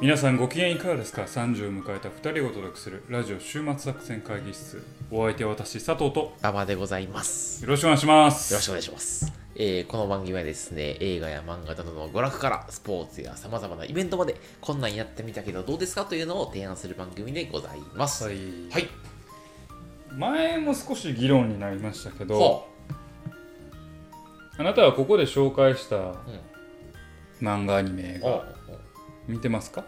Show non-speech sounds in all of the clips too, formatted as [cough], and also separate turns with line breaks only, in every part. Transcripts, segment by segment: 皆さんご機嫌いかがですか ?30 を迎えた2人をお届けするラジオ週末作戦会議室お相手は私佐藤と
馬場でございます。
よろしくお願いします
よろしくお願いします。えーこの番組はですね、映画や漫画などの娯楽からスポーツや様々なイベントまで、こんなんやってみたけどどうですかというのを提案する番組でございます。。
はいい、
はい。
前も少し議論になりましたけど
ほ
あなたはここで紹介した
う。うん。
漫画アニメ映
お
画
うおう
見てますか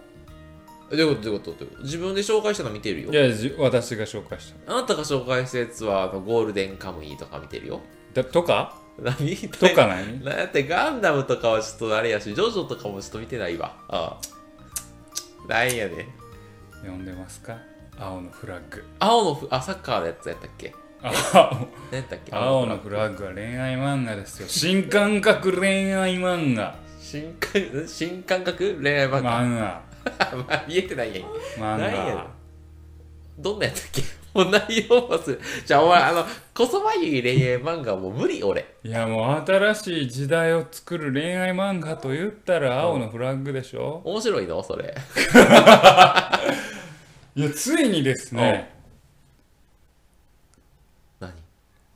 えどういうことどういうことどういうこと自分で紹介したの見てる
い
よ。
やじ私が紹介し
あなたが紹介したやつは、あのゴールデンカムイとか見てるよ。
ただとか
何
とか [laughs] 何
なんやってガンダムとかはちょっとあれやし、ジョジョとかもちょっと見てないわ。ああ。なんやね。
読んでますか青のフラッ
[laughs]
グ
青のふ、あ、サッカーのやつやったっけ
青
何やったっけ
青のフ
ッ
ラッグは恋愛漫画ですよ新感覚恋愛漫画
グ新感 [laughs] 新感覚恋愛漫画。
漫画
[laughs] まあ、見えてないやん。
漫
何やね
画
んどんなやつだっけ [laughs] もう内容もする。じゃあ、お前、あの、こそばゆい恋愛漫画はもう無理、俺。
いやもう新しい時代を作る恋愛漫画と言ったら青のフラッグでしょ、
面白いのそれ。
いやついにですね、
何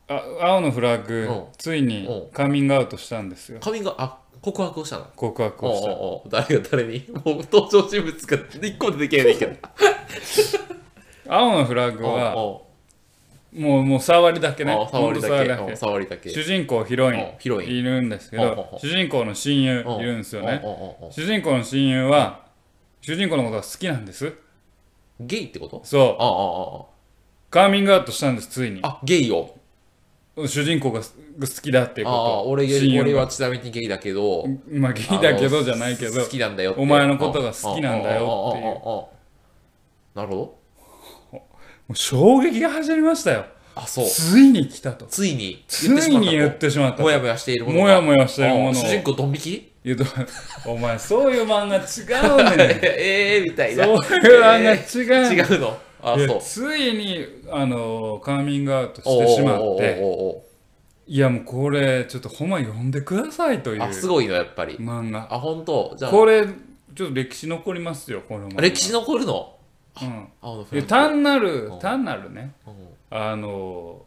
あ青のフラッグ、
うん
ついに
うん
カミングアウトしたんですよ
カミングあ、告白をしたの
告白
おう
をした
おうおう誰が誰にもう登場人物が一個も出てけない
[laughs]
けど。
青のフラッグ
お
は
うおう
もうもう触りだけね
あ触りだ
ほんと触り
けう
だ
ん
け
触りだけ
主人公ヒロイン
うんヒロイン
いるんですけ
うんうん
ど
うん
主人公の親友いるんですよね
うんうんうんうん
主人公の親友は主人公のことが好きなんです
ゲイってこと
そ
ああ
うカミングアウトしたんですついに
ああああゲイよ
主人公が好きだっていう
あ
こと
あ俺よ
親
り
友が
俺はちなみにゲイだけど
まあゲイだけどじゃないけ
あの
ど
好きなんだよって
お前のことが好きなんだよっていう
ああああああああなるほど
もう衝撃が走りましたよ
あそう
ついに来たと
ついに
ついに言ってしまった
も
と
やもやしているものが
もやもやしてるものを
ああ主人公ドン引き
言うとお前そういう漫画違うねん
ええみ [laughs] たいな
そういう漫画違うねん
違うのあ
いや
そう
ついにあのカミングアウトしてしまっ
おうおう
て
おうおうおう
いやもうこれちょっとほんま読んでくださいという
あすごいのやっぱり
漫画
あ本当じゃあ
これちょっと歴史残りますよこの漫画
歴史残るの
うん
青の
い
フラ
や
ンク
単なる
うん
単なるね
うん
あの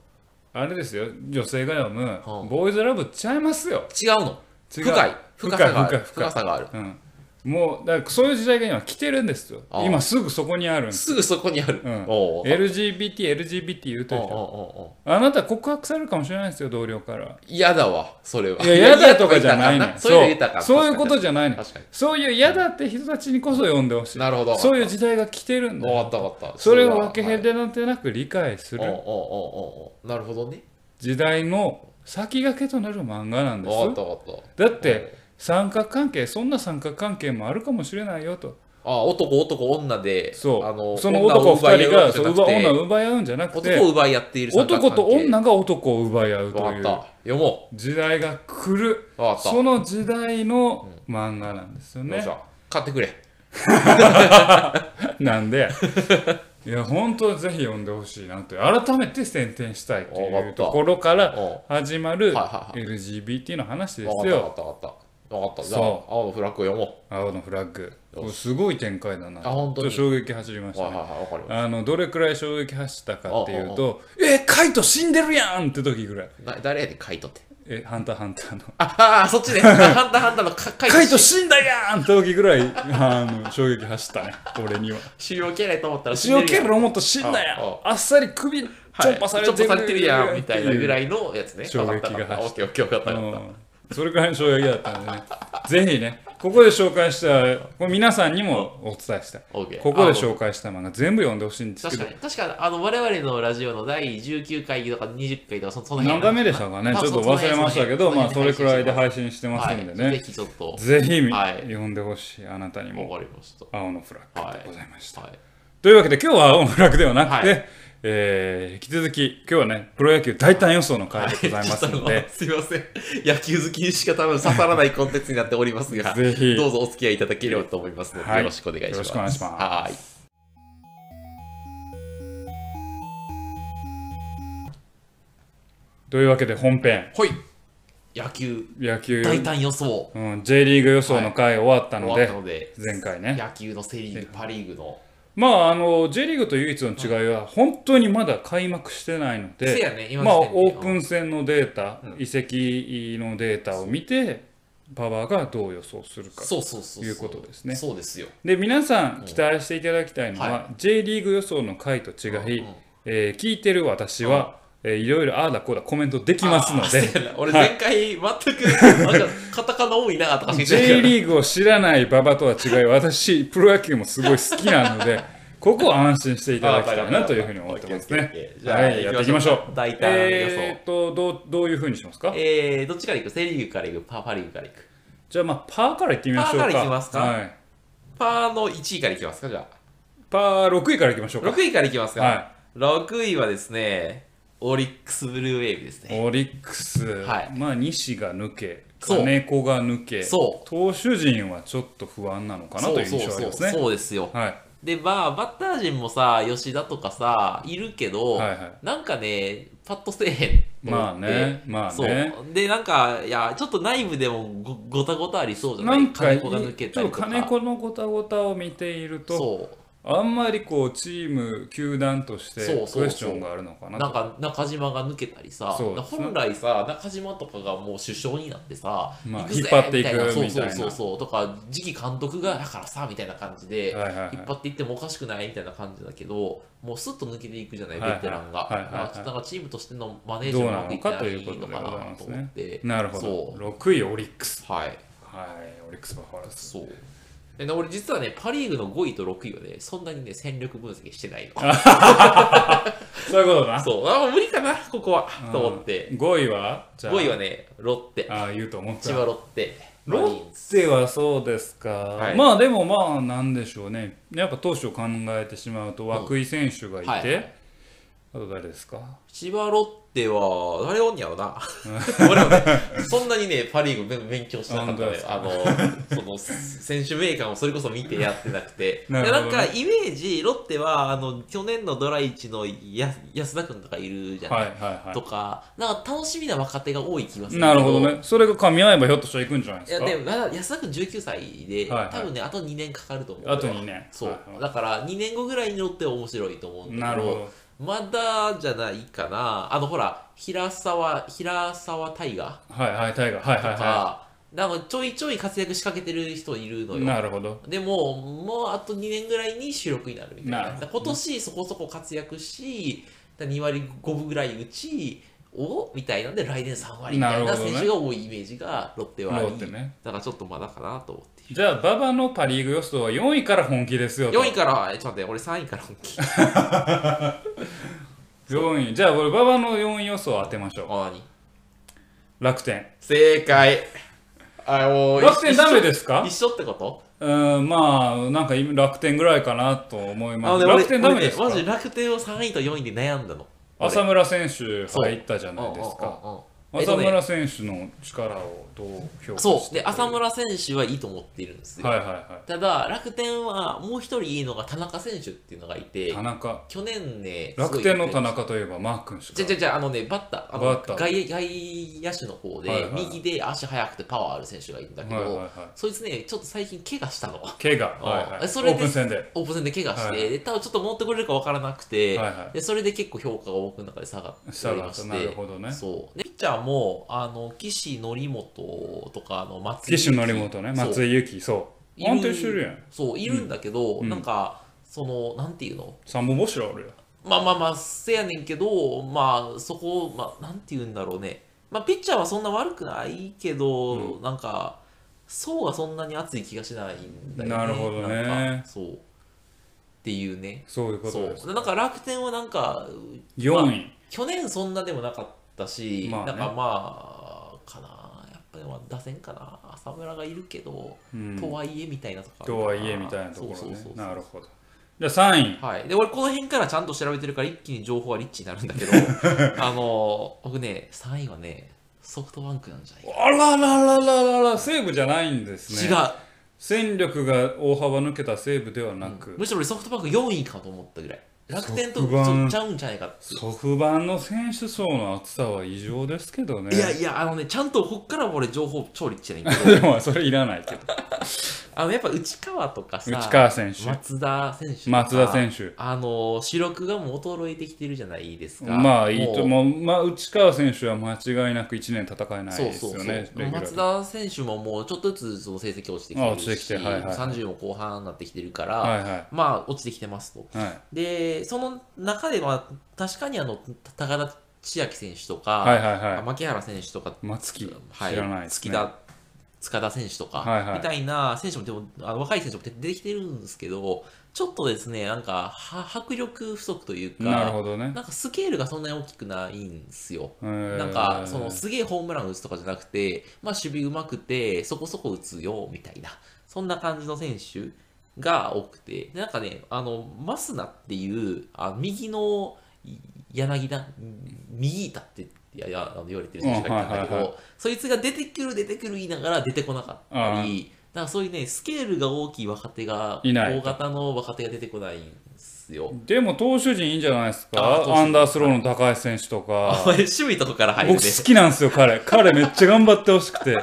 あれですよ女性が読む
うん
ボーイズラブちゃいますよ
違うの
違う
深い深さがあ
深い深
る
い
深
深い
さがある
うん、もうだからそういう時代が今来てるんですよ
ああ
今すぐそこにあるんです
すぐそこにある、
うん
おうおう
LGBTLGBT 言うと
お
る
うおう
でしょ
おうお
あなた告白されるかもしれないですよ同僚
[laughs]
から
う嫌だわそれはい
や嫌だとかじゃない
嫌だ
ねん
そういうの言ったらあかん
そういうことじゃないねん
確かに
そういう嫌だって人たちにこそ読んでほしい
なるほど
そういうう時代が来てるんだ
分
よ
かった分かった
それを分け隔
て
てなんてなく理解す
おうおうお
る
うおうなるほどね
時代の先駆けとなる漫画なんで
分
す
かった分かっ
だったて三角関係そんな三角関係もあるかもしれないよと
あ男男女で
そう
あの
その男2人が
女
そう
を
奪
奪い合う
女
じゃなくて
を奪い合うんじゃなく
男を
て
奪い合っている
男と女が男を奪い合うとい
分
う
かった読も
時代が来る
う分かった
その時代の漫画なんですよ
よっ
ね
し。ゃ買ってくれ
なんでいや本当ぜひ読んでほしいなと改めて宣伝したいと
わか
い
っ
う
た
ところから
おう
始まる
はいはい
LGBT の話で
分
す
か
よ
った分かった分かった分かったじゃあ
そ
青のフラッグを読も
青のフラッグ
よし
これすごい展開だな
あ本当に
ちょっと衝撃走りまし
うは
た
い
ね
はいはい分かりま
あのどれくらい衝撃走ったかっていうと「えカイト死んでるやん!」って時ぐらい
すな誰やねんカイトって
「えハンターハンター」の
あああ、そっちね。 [laughs] ハンターハンターのか
「
かい
カイト死んだやん!」って時ぐらい [laughs] あの衝撃走ったね俺には
主要キャラやと思ったら死んで
塩
る
キ
やん
ャラ思ったら死んだやん
あ
あっさり首チョ
はい
ッパされて
チョッパされてるや
っ
ん、み
て
たいなぐらいのやつね。
衝撃が
わかったわかったオッケーオッケー、わかったわかっ
うんそれくらいの衝撃だったんでねぜひねここで紹介したこれ皆さんにもお伝えしたい
た。オッケー。
ここで
あ
紹介した漫画全部読んでほしいんですけ
確か
ど
に、確かに、あの、我々のラジオの第19回とか20回とか、そその辺
何回目でしたかね
あ
ちょっ
そ
と
うそ
忘
の辺
れましたけど
の
まあ
辺
それくらいで
配
配信して
信
ますんで
はい、ぜ
ね
ひちょっと、
ぜひみ
はい
読んでほしいあなたにも
わかりまし。
青のフラッグでございました
はい。
というわけで今日は青のフラッグではなくて、
は
えー引き続き今日はねプロ野球大胆予想の回でございますので、
はいち [laughs] ょっとあのすいません。野球好きにしか多分刺さらないコンテンツになっておりますが、
[laughs] ぜひ
どうぞお付き合いいただければと思いますので、
はい
よろしくお願いします。
よろしくお願いします
はい。
[laughs] というわけで本編
ほい。野球
野球、
大胆予想
うん、J リーグ予想の回終わった
終
の
わっ
で、
たので、
前回ね
野球のセ・リーグ、パ・リーグの。
まああの J リーグと唯一の違いは本当にまだ開幕してないの
せ
で、
やね、今
まあ
時点
オ
で
ープン戦のデータ、
うん
移籍のデータを見てパワーがどう予想するか
そうそうそうそう。
いうことですね
そうですよ。 [laughs]
で皆さん期待していただきたいのは、
は
J リーグ予想の回と違い、
うんうん
えー聞いてる私は、えーいろいろああだこうだコメントできますの
あ
で
ーそうやな俺
はい
前回全く、なんか [laughs] カタカナ多いなとかしか言ってないか
J
ら
リーグを知らない馬場とは違い私プロ野球もすごい好きなの
[laughs]
でここは安心していただきたいなというふうに思ってます
オッ
ね
ケーオッケーオッケー。じゃあ
はい、やっていきましょう。
大胆予想
えーっと、どう、どういうふうにしますか
えー、どっちから行くセ・リーグから行くパ・パ・リーグから行く
じゃあ、まあ、パーからいってみましょうか。
パーからいきますか
はい。
パーの1位から行きますかじゃあ
パー6位からいきましょうか。
6位から行きますか、
は
6位はですねオリックス・ブルーウェーブですね
オリックス、
はい
まあ、西が抜け、
そう
金子が抜け、
そ
投手陣はちょっと不安なのかなという印象はあります
そうそうそう
ね。
そうですよ
はい。
でまあバッター陣もさ吉田とかさいるけど、
はいは
なんかねパッとせえへんと思
ま
っ
あ
て
ね、まあ
そう
ね。
でなんかいやちょっと内部でもごごたごたありそうじゃな
ないんか、
金
ち
子が抜けた
ょ
り
っと
とか
金子のごたごたを見ていると、
そう
あんまりこうチーム球団として
そうそうそう
クエスチョンがあるのかな
なん
と
か中島が抜けたりさ、
そうですね
本来さ中島とかがもう首相になってさ、
まあ
行くぜ
引っ張っていく
そう
みたい
そう
な
そうそうとか次期監督がだからさみたいな感じで、
はいはいはい
引っ張っていってもおかしくないみたいな感じだけどもうスッと抜けていくじゃない
はいはい
ベテランが、
はいはいはい
まあなんかチームとしてのマネージャーもうまくいってないのか
どうなの
な
か
と
ということでござい
思
ま
っ
す
て
なるほ
そ
ど6位オリックス
うはい
はいオリックスバファローズ
そうでね俺実はねパ・リーグの5位と6位はねそんなにね戦力分析してないの
そういうことな
そうあもう無理かなここはと思って
5位はじゃあ
5位はねロッテ
ああ言うと思っ
千
た
葉ロッテ
ロ
マリーンズ
ッテはそうですか、
い
まあでもまあなんでしょうねやっぱ投手を考えてしまうと涌井選手がいて、
はいはい
あと誰ですか
千葉ロッテは誰おんやろな [laughs] 俺もねそんなにねパ・リーグ勉勉強してなかった
あ本当で
ね
す
あのその選手名鑑をそれこそ見てやってなくて
なる
で
ほどね
なんかイメージロッテはあの去年のドライチのや安田君とかいるじゃない、
はいはい
と
は
かなんか楽しみな若手が多い気がす
い
る
なるほど
ね
ねそれが噛み合えばひょっとしたらいくんじゃない
い
です
や
か
でもまだ安田君19歳で、
はいはい
多分ねあと2年かかると思う
あと2年
そう、
はいはい
だから2年後ぐらいによっては面白いと思うんだけど
なるほど
まだじゃないかなあのほら平沢平沢大河
はいはいタイガーはい
とか、
はいは
なんかちょいちょい活躍仕掛けてる人いるの
い
よ
なるほど
でももうあと2年ぐらいに主力になるみたいな
なるほど
今年そこそこ活躍し2割5分ぐらいうちおみたいなんで来年3割みたい
なる
な
ほど
選
ね
手が多いイメージがロッテはあり
ロッテね
だからちょっとまだかなと思っている
じゃあ、馬場のパ・リーグ予想は4位から本気ですよと。
4位からえちょっと待って俺3位から本 [laughs] 気あ
4位。じゃあ、俺、馬場の4位予想を当てましょ
何
う。楽天。
正解あもう
楽天ダメ
で
ですか
一緒ってこと
うーん、まあ、なんか今楽天ぐらいかなと思い
あの
ます。
ね、
楽天ダメ
俺
で
ね
す
マ
か
ジで楽天を3位と4位で悩んだの。
浅村選手
そう
入ったじゃないですか。
か。うんうんうんえっ
浅
とね
村選手の力をどう評価して
そう。で、浅
は
村選手はいいと思っているんです
い
よ。
はいは
ただ、楽天はもう一人いいのが田中選手っていうのがい
い。
て
田、中。
去年ね、す
楽
ごい
天の田。中といえばマー君し
じ
か
ゃ。じゃじゃあのね、バッター、あの
バッター
外外野手の方で、
はいはい
右で足速くてパワーある選手がいるんだけど、
はいはいは
そいつね、ちょっと最近怪我したの。
い。怪我。はいはい。オ
あそれで
ープン戦で。は
オープン戦で怪我して、
はい
で多分ちょっと戻ってくれるか分からなくて、
いは
でそれで結構評価が僕の中で下がって
い。
お
下
り
が
ま
った。
し
なる
て、
ほどね。
そうでピッチャーもあの岸則本とかあの松井
岸則本ね、
そう
松井裕樹、そう。安定してるやん。
そういるんだけど、
うん
なんかそのなんていうの
三本柱あるよ。
まあまあまあせやねんけどまあそこ、まあ、なんていうんだろうねまあピッチャーはそんな悪くないけど、なんか層がそんなに熱い気がしないんだよね
なるほどね
なんかそうっていうね
そういうこ
そ
と
う
です。
でなんか楽天はなんか
4位。
去年そんなでもなかったし、
まあね
なんかまあかなやっぱりまあ打線かな浅村がいるけど、
うん
とはいえみたいなとこあるか
とはいえみたいなとこ
そ
ろ
う
ね
そうそう。
なるほど。じゃあ3位。
はい、で俺この辺からちゃんと調べてるから一気に情報はリッチになるんだ
[laughs]
けどあの僕ね3位はねソフトバンクなんじゃないか
あらららららら、西武じゃないんですね。
違
う。
う
戦力が大幅抜けた西武ではなく、
むしろ俺ソフトバンク4位かと思ったぐらい楽天と
即番
ちょっとちゃうんじゃないかっていう
ソフバンの選手層の厚さは異常ですけどね。
いやいやあのねちゃんとこっからも俺情報調理っちゃねんけど
[laughs] でもそれいらないけど。
あのやっぱ内川とかさ
内川選手、
松田選手とか
松田選手。
あの視力がもう衰えてきてるじゃないですか
まあいいと、
も
もうまあ、内川選手は間違いなく1年戦え
う
ない
そう
です
そうそ
よ
う、
ね、レギュラー
松田選手ももうちょっとずつその成績落ちてき
あ
てる
落ちて
し
きてはいはいはい
30も後半になってきてるから、
はいは
まあ落ちてきてますと
い。はい
でその中では確かにあの高田千秋選手とか、
はいはいはい。
牧原選手とか
松木、
はい、
知らないです
月
ね。
田塚田選手とか、
はいはい
みたいな選手もでもあの若い選手も出てきてるんですけどちょっとですねなんかは迫力不足というか
なるほどね。
なんかスケールがそんなに大きくないんですよ。
な
なんかそのすげえホームラン打つとかじゃなくて、まあ、守備うまくてそこそこ打つよみたいなそんな感じの選手が多くてでなんかねあのマスナっていうあ右のい柳田右板っていやいやあの言われてる選手がいたんだけ
うん
ど、
はいはいは
そいつが出てくる出てくる言いながら出てこなかったりなんかそういうねスケールが大きい若手が
いない
大型の若手が出てこないんですよ。
でも投手陣いいんじゃないです
あ投
か。
手陣
アンダースローの高橋選手と
[laughs] あ
か
お。前守備とかから入るね
僕。好きなんですよ、彼。彼めっちゃ頑張ってほしくて。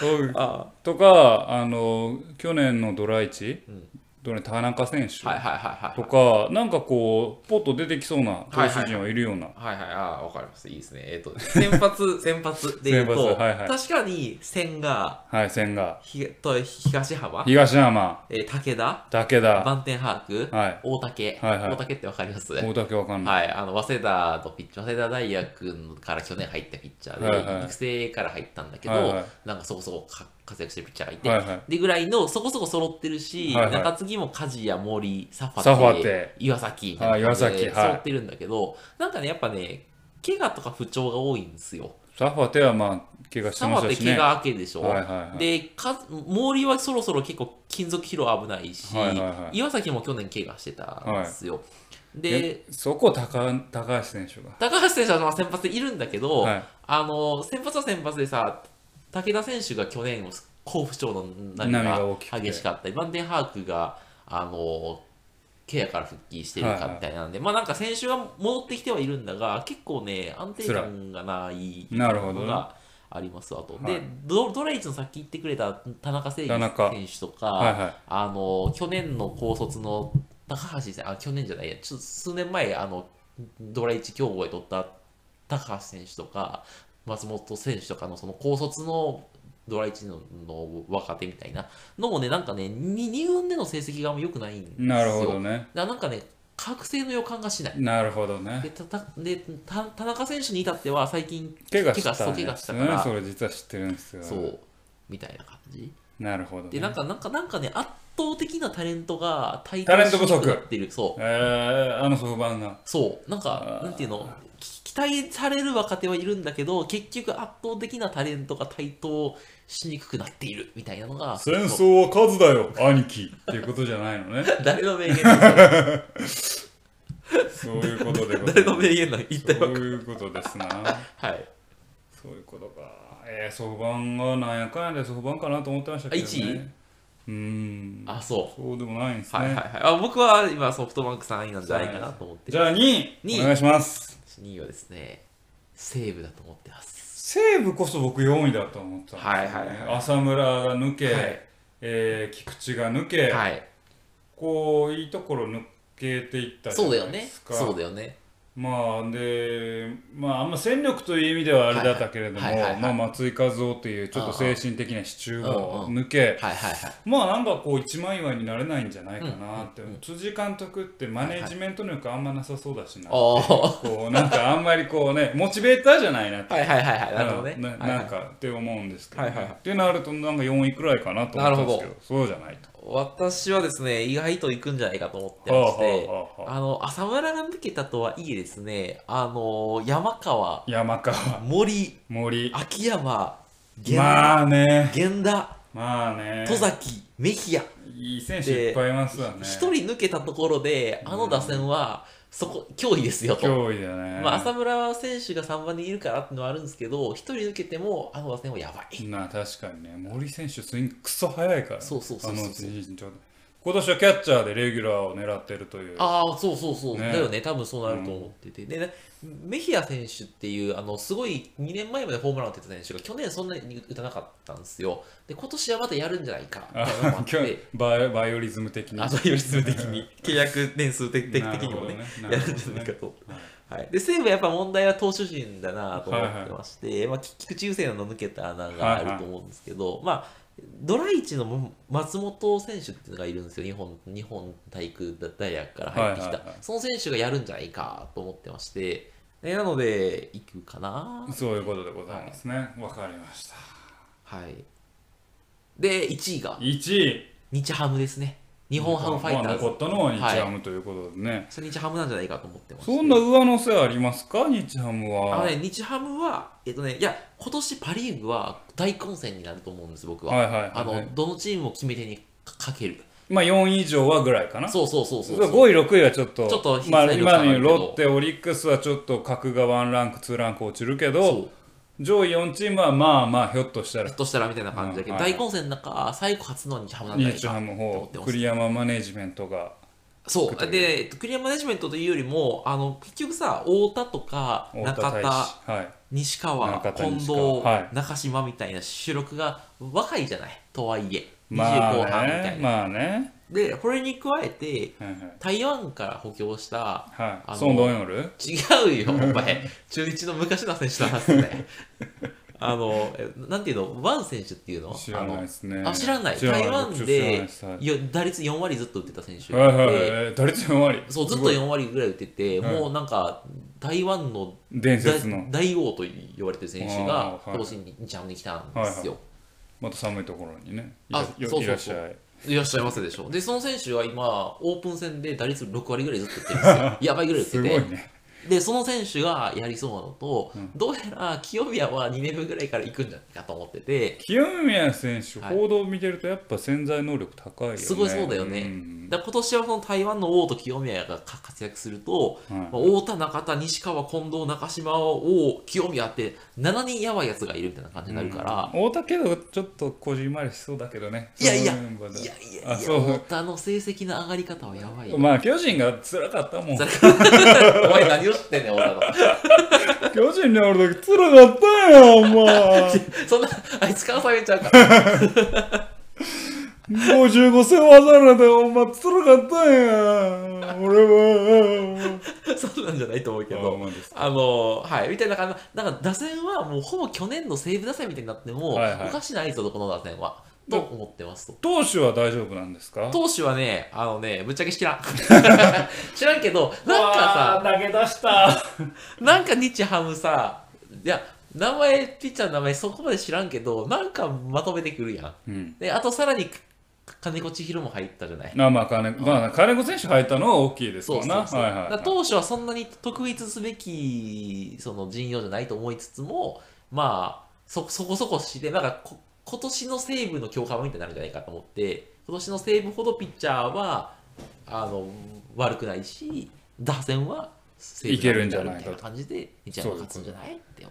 僕
あ
とか、あの、去年のドライチ、
ん
どれ田中選手
はいはいはいはいはい。
とか、なんかこう、ポッと出てきそうな投手陣はいるような。
はいはい、ああ、わかります。いいですね。えっ、と、先発、 [laughs] 先発で言うと、
先発はいはい
確かに、千賀、
はい、千賀。
ひと東浜、
東山、
えー武田、
武田、
バンテンハーク、
はい
大竹、
はいはい
大竹ってわかります
大竹わかんない。
はい、あの早稲田のピッチャー早稲田大学から去年入ったピッチャーで、
はいはい
育成から入ったんだけど、
はいはい
なんかそこそこか活躍してるピッチャーがいて、
はいはい
でぐらいのそこそこ揃ってるし、
はいはい
中継ぎも梶谷、森、サファテ
サファテ
岩崎みたいな感じで
あ岩崎はい
揃ってるんだけど、なんかね、やっぱね、怪我とか不調が多いんですよ。
サファテはまあ、怪我して
サ
ま
フ
し
ァ
た
テ
しね。
怪
は
我明けでしょ、
はいはいはい
でか毛利はそろそろ結構金属疲労危ないし、
はいはいはい
岩崎も去年怪我してたんですよ、で
えそこ高、高橋選手が。
高橋選手はまあ先発でいるんだけど、
はい
あの先発は先発でさ武田選手が去年甲府町の波
波が大き
が
くて
激しかったりバンデンハークがあのケアから復帰してるかみたいなんで、まあなんか選手が戻ってきてはいるんだが結構ね安定感がない
なるほど
の
ね
がありますわと、
はい
でドドレイチのさっき言ってくれた田中誠
田中
義選手とか、
はいはい
あの去年の高卒の高橋選手あ去年じゃないやちょっと数年前あのドラ1競合で取った高橋選手とか松本選手とかのその高卒のドラ1のの若手みたいなのもねなんかね 2, 二軍での成績があんま良くないんですよ
なるほどね。
だからなんかね覚醒の予感がしない
なるほどね
で。たたでた田中選手に至っては最近
怪我し
怪我
た
そうん怪我
で
し
す
た
よ
か
ね。
ら
それ実は知ってるんですよ。
そうみたいな感じ
なるほど、
で
ね。
なんかなんかなんかね圧倒的なタレントが対
タレント不
し
足
にくくなってるそう
えー、あの側番が。
そうなんか
あー
なんていうのき期待される若手はいるんだけど結局圧倒的なタレントが台頭しにくくなっているみたいなのが
戦
そう
争は数だよ、兄貴っていうことじゃないのね。
誰の名言だ [laughs]
そういうことでございます。
誰の名言だ一体
そ
は
ういうことですな。
はい
そういうことか。えー、そばんがなんやかんやでそばんかなと思ってましたけど、ね。
あ一位
うーん。
あそ
そうでもないんです
う
ね。
はいはいはいあ僕は今ソフトバンク3位なんじゃないかなと思って
じゃあ2位
二位
お願いします。
2位はですね西武だと思ってます
西武こそ僕4位だと思ってたんですよね、
はいはいはい
浅村が抜け、
はい
えー菊池が抜け、
はい
こういいところ抜けていったじゃ
そうだよ
ないで
ね
すか。
そうだよね
まあでまああんま戦力という意味ではあれだったけれども、
はいはいはいはい
まあ松井一夫というちょっと精神的な支柱を抜け、
はいはい [laughs] はい
まあなんかこう一枚岩になれないんじゃないかなって、
うんうんうん
辻監督ってマネジメント力あんまなさそうだしな、
あ
こうなんかあんまりこうねモチベーターじゃないなって
あはいはいはいはいなるほどね
うんな
はいはい
なんかって思うんですけど、
はいはいはい
ってなるとなんか4位くらいかなと思ったんですけど
な
そうじゃないと
私はですね意外と行くんじゃないかと思ってまして
はあはあは
あの浅村が抜けたとはいえですねあの山川
山川
森
森
秋山源,、
まあね
源田
まあね
戸崎メヒア
いい選手いっぱいいますわね
一人抜けたところであの打線はそこ脅威ですよと。
脅威だね
まあ、浅村選手が3番にいるからっていうのはあるんですけど、一人抜けても、あの打線はやばい。
なあ確かにね森選手スイングクソ速いから
そうそうそうそう
あの身長で今年はキャッチャーでレギュラーを狙ってるという。
ああ、そうそうそう、
ね
だよね、多分そうなると思ってて、でね、メヒア選手っていう、あのすごい2年前までホームラン打ってた選手が、去年そんなに打たなかったんですよ、で今年はまたやるんじゃないかみたいなのもあっ
今
て
日、 [laughs] バイバイオリズム的に。
あとより数的に、契約年数的的にもね [laughs]
なるほどね
やるんじゃないかと。
はい
はい、で西武はやっぱ問題は投手陣だなと思ってまして、まあ、菊池雄星の抜けた穴があると思うんですけど、まあ、ドライチの松本選手っていうのがいるんですよ、日本日本体育大学から入ってき
は
た、
いはいはい
その選手がやるんじゃないかと思ってまして、えなので、行くかな、
そういうことでございますね。わ、かりました。
はい、で、1位が
1位。
日ハムですね、日本ハムファイタ
まあ
ー
残
ズ、
ったのは日ハムということでね。
それ日ハムなんじゃないかと思ってまして
そんな上乗せありますか日ハム
あ
は。
のね、日ハムは、えっとね、いや、今年パ・リーグは大混戦になると思うんです、僕は。
はいはいはい
あのどのチームも決め手にかける。
まあ4位以上はぐらいかな。
そうそうそうそう。
5位、6位はちょっと、
ちょっと
まあ、
比率
今
が
のよう
上がるけど
にロッテ、オリックスはちょっと格が1ランク、2ランク落ちるけ
そ
ど、
う
上位4チームはまあまあ、ひょっとしたら
ひょっ、としたらみたいな感じだけど、
うんはい
大混戦の中、最後勝つのは日ハムなんじゃない
日
か
ハム
と思って
方、
ます。
栗山マネジメントが、
そ
作っ
う。
てる
で、えっとクリアマネジメントというよりも、あの、結局さ、太田とか、
太
中
田大
田、
使。はい。
西川、
中田
近藤、
西川は
中島みたいな主力が若いじゃない。とはいえ、
ま
20後半みた
あね
い、な。
まあね。
で、これに加えて、
はいはい
台湾から補強した、
は
あ
い。
の
ソン・ドンヨル
違うよ、お前。中日の昔の選手だなってね。あの、えなんていうの、ワン選手っていうの
知らないですね
あ。のあ、知らない。台湾
僕知らない
で
ですはい
よ打率4割ずっと打ってた選手
はいはいはい
で、
えー打率4割。
そう、ず
す
っと
ごい
4割ぐらい打ってて、
はい
もうなんか、台湾の
伝
だ
説の、
大王と言われてる選
あ
手が、
ーはい
今年に日ハムに来たんですよ。
また寒いところにね、い
あ
らよ
そうそうそう
いらっしゃい。
いらっしゃいますでしょ。で、その選手は今、オープン戦で打率6割ぐらいずっと打ってるんですよ。やばいぐらい打って
すごい
て。
ね。
でその選手がやりそうなのと、どうやら清宮は2年目ぐらいから行くんじゃないかと思ってて、
清宮選手、
はい
報道を見てると、やっぱ潜在能力高いよね。
すごいそうだよね。
ん
だから今年はその台湾の王と清宮が活躍すると、
はい
まあ太田、中田、西川、近藤、中島、王、清宮って7人やばいやつがいるみたいな感じになるから、
大竹はちょっとこじんまりしそうだけどね。
いやいや
そのメンバーだ
いやいやいや、
あそう
太田の成績の上がり方はやばいよ。
まあ、巨人が辛かったもん。
[laughs] お前何を知ってんねん、太田の。 [laughs]
巨人にある時辛かったよ、お前。
そんな、あいつから下げちゃうから。 [laughs]
55世話されて、お前辛かったんや。俺は。
そんなんじゃないと思うけ
あ
ど。
まあです
あのはい、みたいな感じの、なんか打線はもうほぼ去年の西武打線みたいになっても、
はいはい
おかしないぞ、この打線は。と思ってますと。
投手は大丈夫なんですか
投手はね、あのね、ぶっちゃけ知らん。 [laughs] 知らんけど、なんかさ、
うわー投げ出した。
[laughs] なんか日ハムさ、いや、名前、ピッチャーの名前そこまで知らんけど、なんかまとめてくるや
う
ん。
ん
で、あとさらに、金子千尋も入ったじゃない。
あまあ金子、まあ、金子選手入ったのは大きいです
そ
も
うん
な。
そうそう、
はいはいはい
だから当初はそんなに特筆すべきその陣容じゃないと思いつつもまあそそこそこしてなんかこ今年の西武の強化版みたいになるんじゃないかと思って今年の西武ほどピッチャーはあの悪くないし打線は西
いけるんじゃないかと
みたいな感じで日ハムが勝つんじゃないって思ってる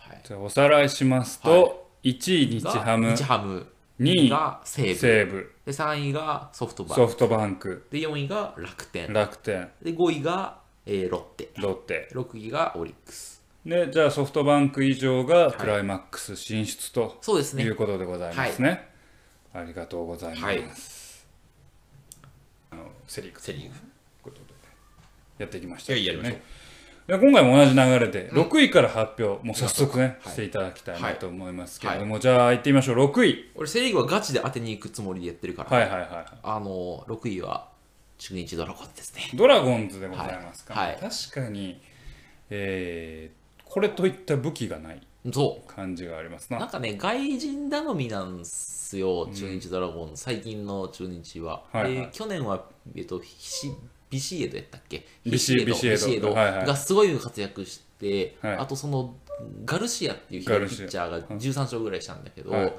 はい
じゃあおさらいします
はい
と、1位日ハム
が日ハム
2位
が西武
西武
で3位がソフトバン
ソ
ク
フトバンク
で4位が楽天
楽天
で5位が、えーロッテ
ロッテ
6位がオリックス
でじゃあソフトバンク以上がクライマックス進出と
そうです
い
ね
う。ことでございますね、ありがとうございます、
はい
あのセ・リーグ
セ・リーグ。
ということでやっていきました
いやいややりましょう
で今回も同じ流れで6位から発表、もう早速ね、していただきたいな
はい
と思いますけれども、じゃあ行ってみましょう6位
俺、セ・リーグはガチで当てに行くつもりでやってるから、
はいはいはいはい
あの6位は中日ドラゴンズですね。
ドラゴンズでございますか、
はいはい
確かに、えーこれといった武器がない
そ
感じがあります
う。なん
な。
かね、外人頼みなんすよ、中日ドラゴンズ、最近の中日は。
はいはい
で去年は、えっと、ひしビシエドやったっけ
ビシ
ビシエド
ビシエドはいはい
がすごい活躍して、
はい
あとそのガルシアっていうピ
ガルシア
ッチャーが13勝ぐらいしたんだけど、
はい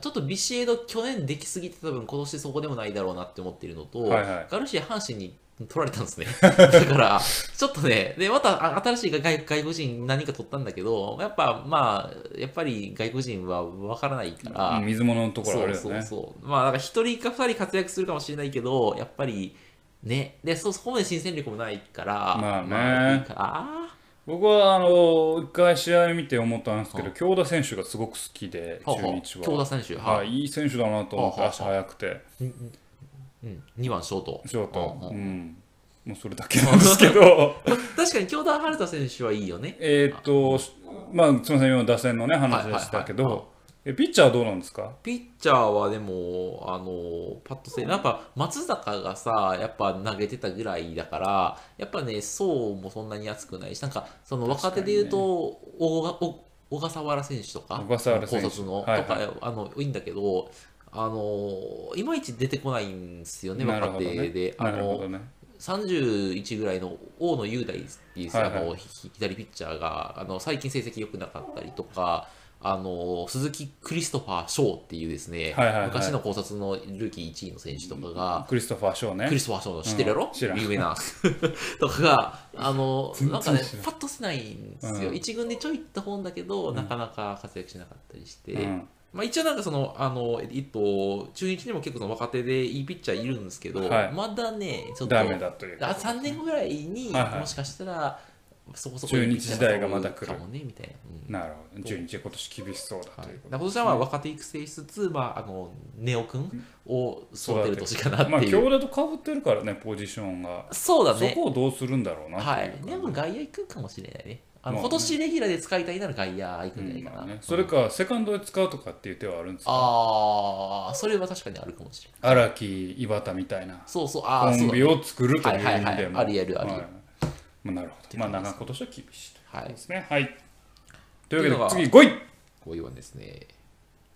ちょっとビシエド去年できすぎて多分今年そこでもないだろうなって思ってるのと、
はいはい
ガルシア阪神に取られたんです
[laughs]
ね。だから、ちょっとね、で、またあ新しい外外国人何人か取ったんだけど、やっぱ、まあ、やっぱり外国人は分からないから、
水物のところあるよ
そうそう
ね。
そう。まあ、なんか一人か二人活躍するかもしれないけど、やっぱり、ね、で、そ、そこまで新戦力もないから、
まあね
いいかあ
僕はあの一回試合見て思ったんですけど、
は
京田選手がすごく好きで、
ーはあは
中日
あ京田
は。
選手、
は
はい。
い、いい選手だなと思って、
はあはあ
足速くて、
うん、2番ショート。
ショー
うん
ト、
う
うんん、もうそれだけなんですけ
[laughs]
ど、
確かに京田春田選手はいいよね。
えーっと、まあ、すみません、今の打線のね、話でしたけ
はいはい
ど、えピッチャーどうなんですか
ピッチャーはでも、あの、パッとせ、やっぱ松坂がさ、やっぱ投げてたぐらいだから、やっぱね、層もそんなに厚くないし、なんか、その若手で言うと、おがお小笠原選手とか、
小笠原選手
高卒の、
はいはい
とか、あの、いいんだけど、あの、いまいち出てこないんですよね、
なる
若
ほど
手
ね
で。。あ
なるほ
の
ど、ね。
31ぐらいの大野雄大っていうさ
はい
あ
はい
のひ左ピッチャーがあの最近成績良くなかったりとかあの鈴木クリストファー・ショーっていうですね、
はいはいはい
昔の考察のルーキー1位の選手とかが、
クリストファー・ショーね。
クリストファー・ショーの知ってるやろ、
うん知らん
有名な [laughs] とかがあの
全然
なんかね
知らん
パッとせないんですよ、
うん
一軍でちょい行った本だけど、なかなか活躍しなかったりして、
うん
まあ、一応なんかその、あの、えっと、中日にも結構その若手でいいピッチャーいるんですけど、
はい
まだね、ちょっと、
ダメだという。
あ3年後ぐらいに、
はいはい
もしかしたらそこそこ
中日時代がまだ来る
かもねみたいな。うん
なるほど。中日、今年厳しそうだ
はい
というこ
だから
と。
今年はまあ若手育成しつつ、まあ、あのネオ君を育てる年かな
まあ、
っていう、
京田と被ってるからね、ポジションが。
そうだ
そ
ね、
こをどうするんだろうな
は
って
い、で
いう
も
感じ。
外野行くかもしれないね、あの
まあね
今年レギュラーで使いたいなら外野行くんじゃないかな、
うんまあねそれか、セカンドで使うとかっていう手はあるんですか
ああ、それは確かにあるかもしれない、
荒木、岩田みたいな
そうそう、あ
コ
あ、そ
ン
うだ
ビ
ね、
を作るという意
はい
味
はい
で
はい
も。
ありえるありえる
はいまあなるほど。まあ、長今年は厳しいというこ
は
と
い
で、すね。はい。というわけ
って
で、
い
次、5位
こういうはですね、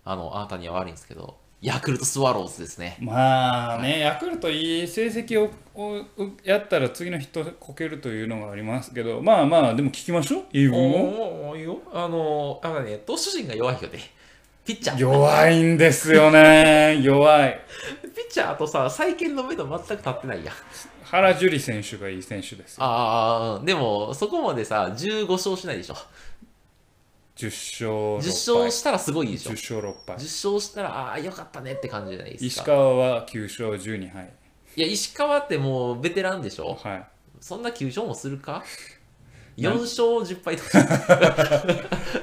あの、あなたには悪いんですけど、ヤクルトスワローズですね。
まあね、ヤクルトいい成績をををやったら次の人こけるというのがありますけど、まあまあ、でも聞きましょう、言い分を。
おおいいよあのあのね投手陣が弱いよねピッチャー
弱いんですよね、弱い。
ピッチャーとさ再建の目と全く立ってないやん
原樹里選手がいい選手ですよ。
ああでもそこまでさ15勝しないでしょ
10勝
10
6
勝
敗。
したらすごいでしょ
10
10
勝6敗。
勝したらああーよかったねって感じじゃないです
石
か
川は9勝12敗。
いや石川ってもうベテランでしょ
はい。
そんな9勝もするか
な
4勝10敗とか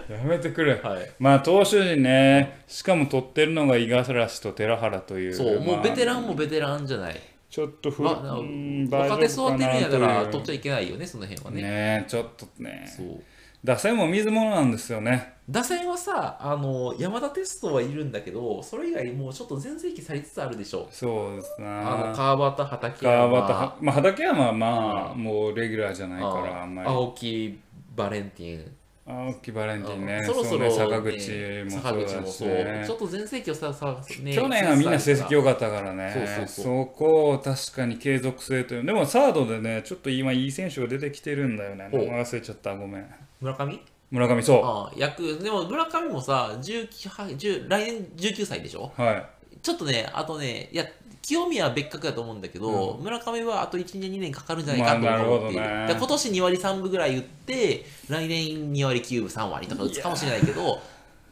やめてくれ。
はい
まあ、投手陣ね、しかも取ってるのが五十嵐と寺原という。
そうも
ま
う
あ
ベテランもベテランじゃない、
ちょっと不、
まあ
うん
若手
大丈夫
育てるんやか
かな
ら
と
取っちゃ
いう
いけないよねその辺はね
ねえちょっとね。
そう
打線も水物なんですよね。
打線はさあの山田テストはいるんだけどそれ以外もうちょっと全盛期されつつあるでしょ
そうです
あの
な。
川端畠
川
山
端は、まあ、畠山はまあ、
う
もうレギュラーじゃないか
あ
ら、あんまり。
青木バレンティン
青木バレンティンね。
そろそろ、
うね
ね、
坂口も
坂
そう
口
だ
も
し
そう、
ね
ちょ。っと全盛期をささ、ね、
去年はみんな成績良かったから
そうそう
ね、
そう
そこを確かに継続性という、でもサードでね、ちょっと今、いい選手が出てきてるんだよね、
お
忘れちゃった、ごめん。
村上
村上、そ
ああ役でも村上もさ19は10来年19歳でしょ
う、はい、
ちょっとねあとねいや清宮は別格だと思うんだけど、村上はあと1年2年かかるんじゃないかと
まあなるほ
思
ど
っ
ね
ている,、今年2割3分ぐらい打って来年2割9分3割とか打つかもしれないけど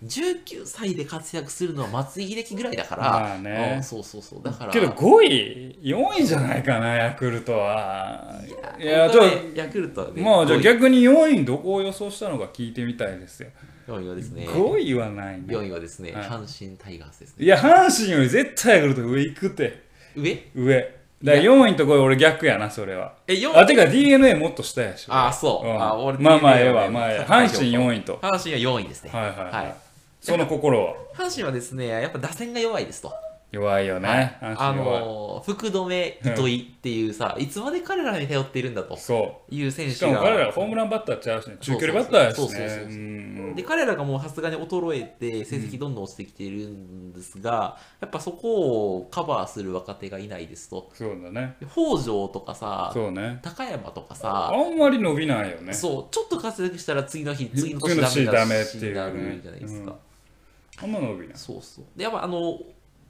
19歳で活躍するのは松井秀喜ぐらいだから、
まあね
うんそうそうそうだから
けど5位、4位じゃないかな、ヤクルトは。いや、ち
ち
ょ
ょ
っ
っ
と
ヤクルトはね
もうじゃあ
5位
逆に4位どこを予想したのか聞いてみたいですよ。
4位はですね
5位はないね。
4位はですね、
はい
阪神タイガースですね
いや、阪神より絶対ヤクルト上行くて、
上
上。だから
い
4位のところ俺逆やな、それは。
え4
あ、てか DNA もっと下やし。
あそう、
ん
あ俺
まあまあ、
DeNA
ええわ、まあええ。阪神
位
4位と。
阪神は4位ですね、
はいはいはい。
はい
その心は
阪神はですね、やっぱ打線が弱いですと。
弱いよね。阪
あ
神弱い。
のー、福留、糸井っていうさ、いつまで彼らに頼っているんだと
そ
いう選
う。
手が。
しかも彼らホームランバッターちゃうしね。中距離バッターやし
そうそうそうそう
ね。うん
で彼らがもうさすがに衰えて成績どんどん落ちてきているんですが、やっぱそこをカバーする若手がいないですと
そうだね。
北条とかさ
そうね。
高山とか
あ
さ
んまり伸びないよね。
そうちょっと活躍したら次の日次の
次の
年
年
ダメ
ダメ
だ
って
し
いうね
なるじゃないですか、
あんま伸びない。
そうそうでやっぱあの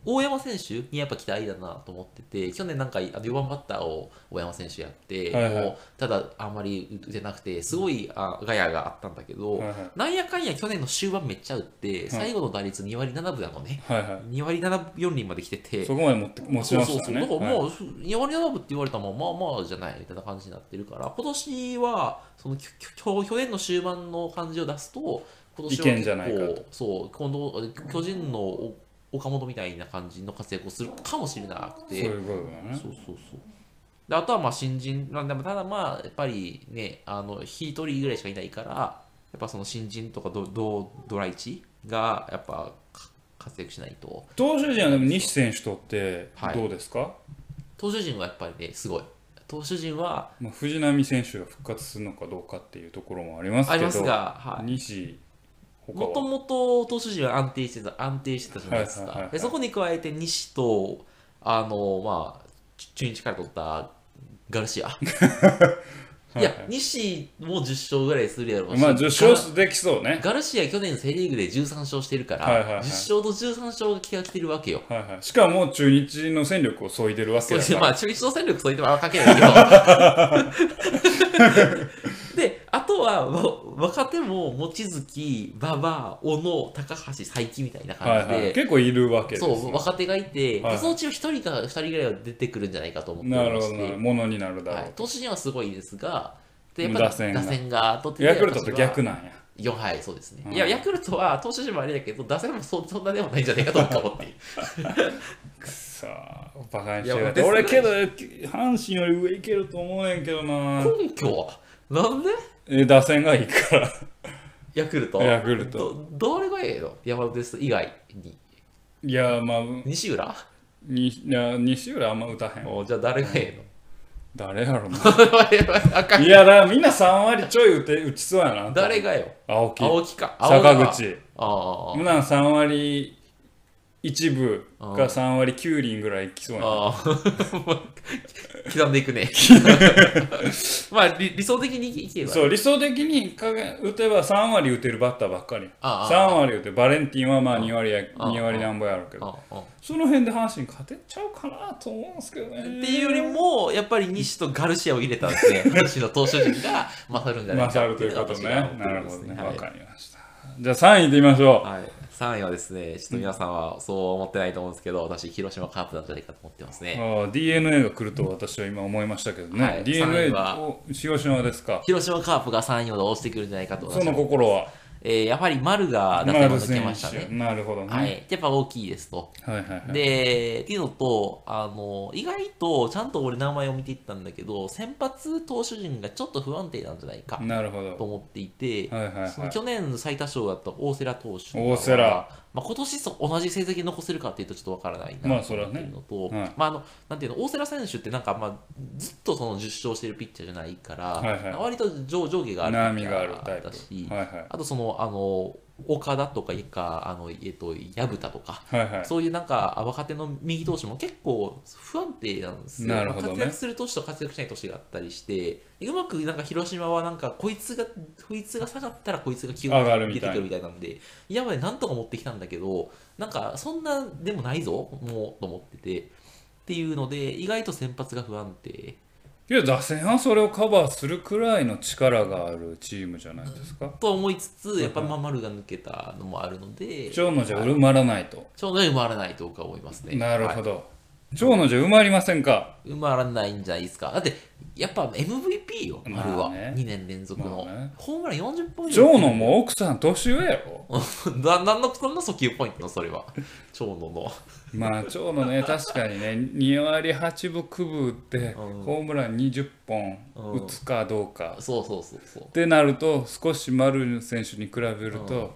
大山選手にやっぱ期待だなと思ってて、去年なんかあの4番バッターを大山選手やって、
はいはい
もうただあんまり打てなくて、すごいあガヤがあったんだけど、
はいはい
なんやかんや去年の終盤めっちゃ打って、最後の打率2割7分なのね。
はいは
2割7分4厘まで来てて
い、そこまで持って持ち
そう
ま
そう
し
そ
た
う。
ね
だか
は
らま
い
あ、やわりなぶって言われたもんまあまあじゃないみたいな感じになってるから、今年は、そのきょきょ去年の終盤の感じを出すと、今年は結構
いけんじゃないかと
そう、今度、巨人のお岡本みたいな感じの活躍をするかもしれなく
そう
て、
いうことだね
そうそうそう。であとはまあ新人なんでもただまあやっぱりねあの一人ぐらいしかいないからやっぱその新人とかドドドライチがやっぱか活躍しないと
投手陣はでも西選手とって
はい
どうですか、
投手陣はやっぱりねすごい投手陣は
まあ、藤浪選手が復活するのかどうかっていうところもあります
あ
け
り
ど
ますが、はい
西他
もと
は
もと投手陣は安定してた安定してたじゃないです
はいはいはい
か
はい
でそこに加えて西とあのまあち中日から取ったガル
[laughs]
シアいや西も10勝ぐらいするやろうし
まあ10勝できそうね
ガルシア去年セ・リーグで13勝してるから、
はいはいはい
10勝と13勝が来てるわけよ。
はいはい、しかも中日の戦力を削いでるわけ
そ
だ
うで
か
す
ら、
まあ、中日の戦力そう言ってもあんまかけな
[laughs]
いけど。で、あとは、わ若手も、望月、馬場、小野、高橋、佐伯みたいな
はい
感じで、
はい、結構いるわけです、
そ
ね、
う、若手がいて、
はいはい
でそのうちの1人か2人ぐらいは出てくるんじゃないかと思って
なる
ま
ほ
し
ど
て、
なものになるだろう、
はい、投手陣はすごいですが、でやっ
打
ぱ
線
り
が
打線が取って
ヤクルトと逆なんや
よはい、そうですね。
うん
いや、ヤクルトは投手陣もあれだけど、打線もそそんなでもないんじゃないかと思
[laughs]
って。
くそーバカにしてや
いや
がって俺
です
けど阪神より上いけると思うねんけどな
根拠はなんで
え打線がいいから
ヤクルト
ヤクルト
ど、誰がええの山手です以外に。
いやまあ
西浦
にいや西浦あんま打たへん
おじゃあ誰がえ
誰やろな
えの [laughs] あかん
いやだからみんな3割ちょい打て打ちそうやな
誰がよ
青木
青木か。青木
坂
か。
口
あ
無難3割一部
あ
が3割9厘ぐらいいきそう
あ。
やな
ああ。 [laughs] 刻んでいく
[laughs]
ね。まあ理、理想的にいけば。
そう理想的にか打てば3割打てるバッターばっかり
ああ
3割打てバレンティンはまあ2割や
ああ
2割なんぼやろうけど
ああ
その辺で阪神勝てちゃうかなと思うんですけどね。
っていうよりも、やっぱり西とガルシアを入れたんですね。
[laughs]
西の投手陣が勝るんじゃない
勝る
かっ
と
て
い
いう
う
の
こ
が
と
私
ね。
が思って
な
る
る
んで
ほ
す
ど
ね
ね。
は
わ
い
かりました。じゃあ3位いってみましょ
はい、3位はですね、ちょっと皆さんはそう思ってないと思うんですけど、私、広島カープなんじゃないかと思ってます
う。
ね。
ああ DNA が来ると私は今思いましたけどね。
はい
DNA
三位は
を広島ですか。
広島カープが3位まで落ちてくるんじゃないかと
そ
私
の
は、
心は
えー、やはり丸が打線を抜けましたね。
なるほどね。は
はいい、やっぱ大きいですと。
はいはい。
で、っていうのと、あの、意外と、ちゃんと俺名前を見ていったんだけど、先発投手陣がちょっと不安定なんじゃないか
なるほ
と
ど。
思っていて、
はいはいはい
その去年最多勝だった大瀬良投手とかは
大瀬良
まあ、今年そ同じ成績残せるかっていうとちょっとわからない
まあ
なと
それは
思っ
ね
てるのと、
はい
まああのなんていうの大瀬良選手ってなんか、まあ、ずっとその10勝してるピッチャーじゃないから、
はいはい
割と上上下がある
波があるタイプ
だし、。
はいはい。
あとそのあの岡田とかいかあの、えっと薮田とか。
はいはい。
そういうなんか若手の右投手も結構不安定なんですよ、
なるほどね
まあ活躍する投手と活躍しない投手があったりしてうまくなんか広島はなんかこいつがこいつが下がったらこいつが急に
上がるみ
出
たい
て
な
くるみたいなんでやばいなんとか持ってきたんだけどなんかそんなでもないぞもうと思っててっていうので意外と先発が不安定
いや、打線はそれをカバーするくらいの力があるチームじゃないですか。
と思いつつやっぱまあ丸が抜けたのもあるので
長野じゃ埋まらないと。
ちょうど埋まらないと僕は思いますね。
なる
はい
ほど。長野じゃ埋まりませんか。
埋まらないんじゃないですか。だって、やっぱ MVP よ、
まあ
あれは。
ね
2年連続の。
まあね
ホームラン40本以上
長野も奥さん年上やろ。
[laughs] ななんの、そんな訴求ポイントの、それは。長野の。
まあ長野
[laughs]
ね、確かにね、2割8分9分打って、
うん
ホームラン20本
うん
打つかどうか。
そうそうそうそう
っ。てなると、少し丸選手に比べると、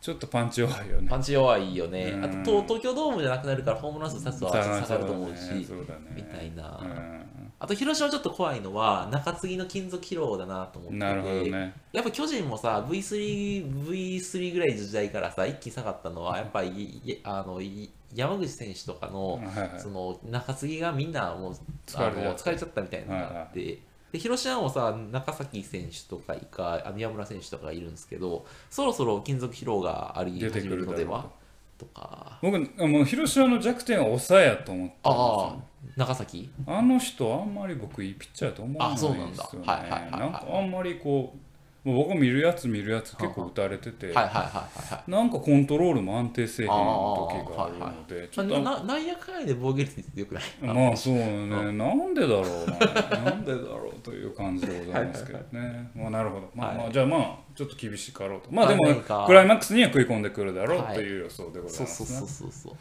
ちょっとパンチ弱いよね。
[laughs] パンチ弱いよね
う。ん
あと東、東京ドームじゃなくなるから、ホームラン数差すは
[laughs]
下がると思うし、
そうだね。
みたいな。
うん
あと、広島ちょっと怖いのは、中継ぎの金属疲労だなと思ってて。
なるほどね。
やっぱ巨人もさ V3, V3 ぐらいの時代からさ一気に下がったのはやっぱりいあのい山口選手とかの,、
はいはい
その中継ぎがみんなもう
疲れちゃった
あの疲れちゃったみたいなのがあって、で広島もさ中崎選手とかいかあの宮村選手とかがいるんですけどそろそろ金属疲労があり
出て
始
く
める
るだろ
ので
う
は
と
とか、
僕あもう広島の弱点は抑えやと思ってたんです
あ
よ
あ、長崎
あの人あんまり僕いいピッチャーやと思わない
あ
です
そ
よね
うなんだはいはいはいはい
なんかあんまりこうもう僕見るやつ見るやつ結構打たれてて
はいはいはいはいはい。
なんかコントロールも安定せえへん時があるのでちょっと
まあななんやかんやで防御率良くない
まあそうねなんでだろうな
[laughs]
なんでだろうという感じでございますけどねまあなるほどまあま
は
あじゃあまあちょっと厳しかろうとまあでも
まあなんか
クライマックスには食い込んでくるだろう
はい
という予想でござ
そ
いうま
そ
す
うそ
ね
うそうそう。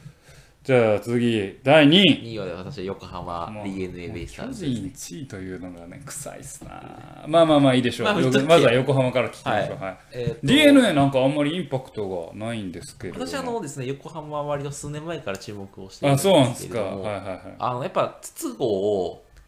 じゃあ次第2位
2位は私は横浜
もう
DNA ベイスタ
巨
ーズです
人1位というのがね臭いっすなまあまあまあいいでしょう
まあ
よく
見とけ
まずは横浜から聞きましょうはい
えーと
d n a なんかあんまりインパクトがないんですけれども
私あのですね、横浜は割と数年前から注目をしてい
あ
るんです
そうなんで
け
す
れ
か
ど
はい
も、
はいはい
あのやっぱ筒香、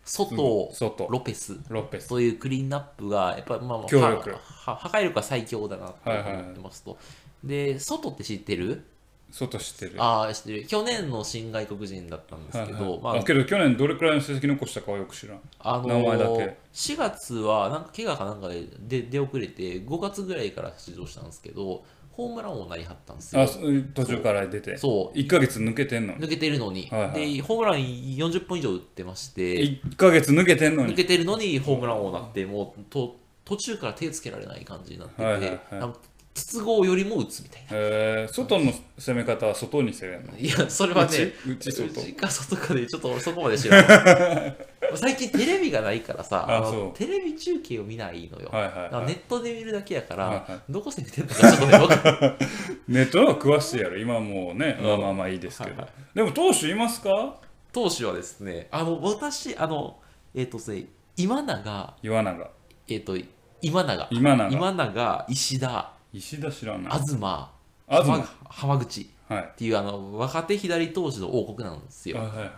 外
外、
外
ロペス
ロッペス
というクリーンナップが、やっぱまあまあ
強力
はは破壊力は最強だなと
はいはいはい
思ってますと。で、外って知ってる
外知ってる
ああ、知ってる。去年の新外国人だったんですけ
はいはい
ど、
あ、けど去年どれくらいの成績残したかはよく知らん。
あの
名前だけ
4月はなんか怪我かなんかで出出遅れて5月ぐらいから出場したんですけどホームランをなりはったんですよ
あそう途中から出て
そ
1ヶ月抜けてんのに
抜けてるのに、
はいはい
でホームラン40本以上打ってまして
1ヶ月抜けてんの
抜
に
けてるのにホームラン王になってもうと途中から手つけられない感じになってて、
はいはいはい
あの筒香よりも打つみたいな。 [laughs]
えー外の攻め方は外に攻めるの
いや、それはね、
うちうち外
内か外かで、ちょっと俺そこまで知らな
[laughs]
い。最近テレビがないからさ、
あ
の
そう
テレビ中継を見ないのよ。
はいはい
あ
は
ネ
い
ットで見るだけやから、
はいはい
どこで見てるのかちょっとね、分かんない。 [laughs]
ネットの方が詳しいやろ今もうね
うん
まあまあまあいいですけ
はいは
どでも投手いますか
投手はですね、あの、私、あの、えっ、とですね、今永、
岩永
えっ、と、今永、
今永
今永、石田、
石田知らない
東、浜
東
浜口っ
はいはい
ていう、あの、若手左投手の王国なんですよ。
はいはい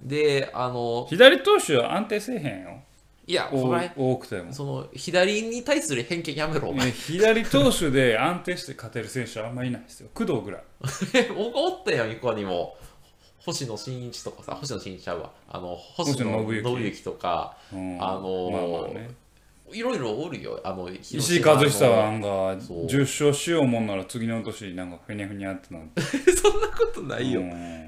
で、あの、
左投手は安定せえへんよ
いや、これ、
お多くても
その、左に対する偏見やめろ、お前
ね左投手で安定して勝てる選手はあんまりいないですよ工藤ぐらい
え僕 [laughs] おったやん、ここにも。星野真一とかさ、星野真一ちゃうわ。あの、星野
野信
信
之
之とか、
うん
あのー
まあまあね
いろいろおるよ。あの、広
石井
島
和
の [laughs]
久はなんか
そう
10勝しようもんなら次の年なんかふにゃふにゃってなって
そんなことないよ。
うん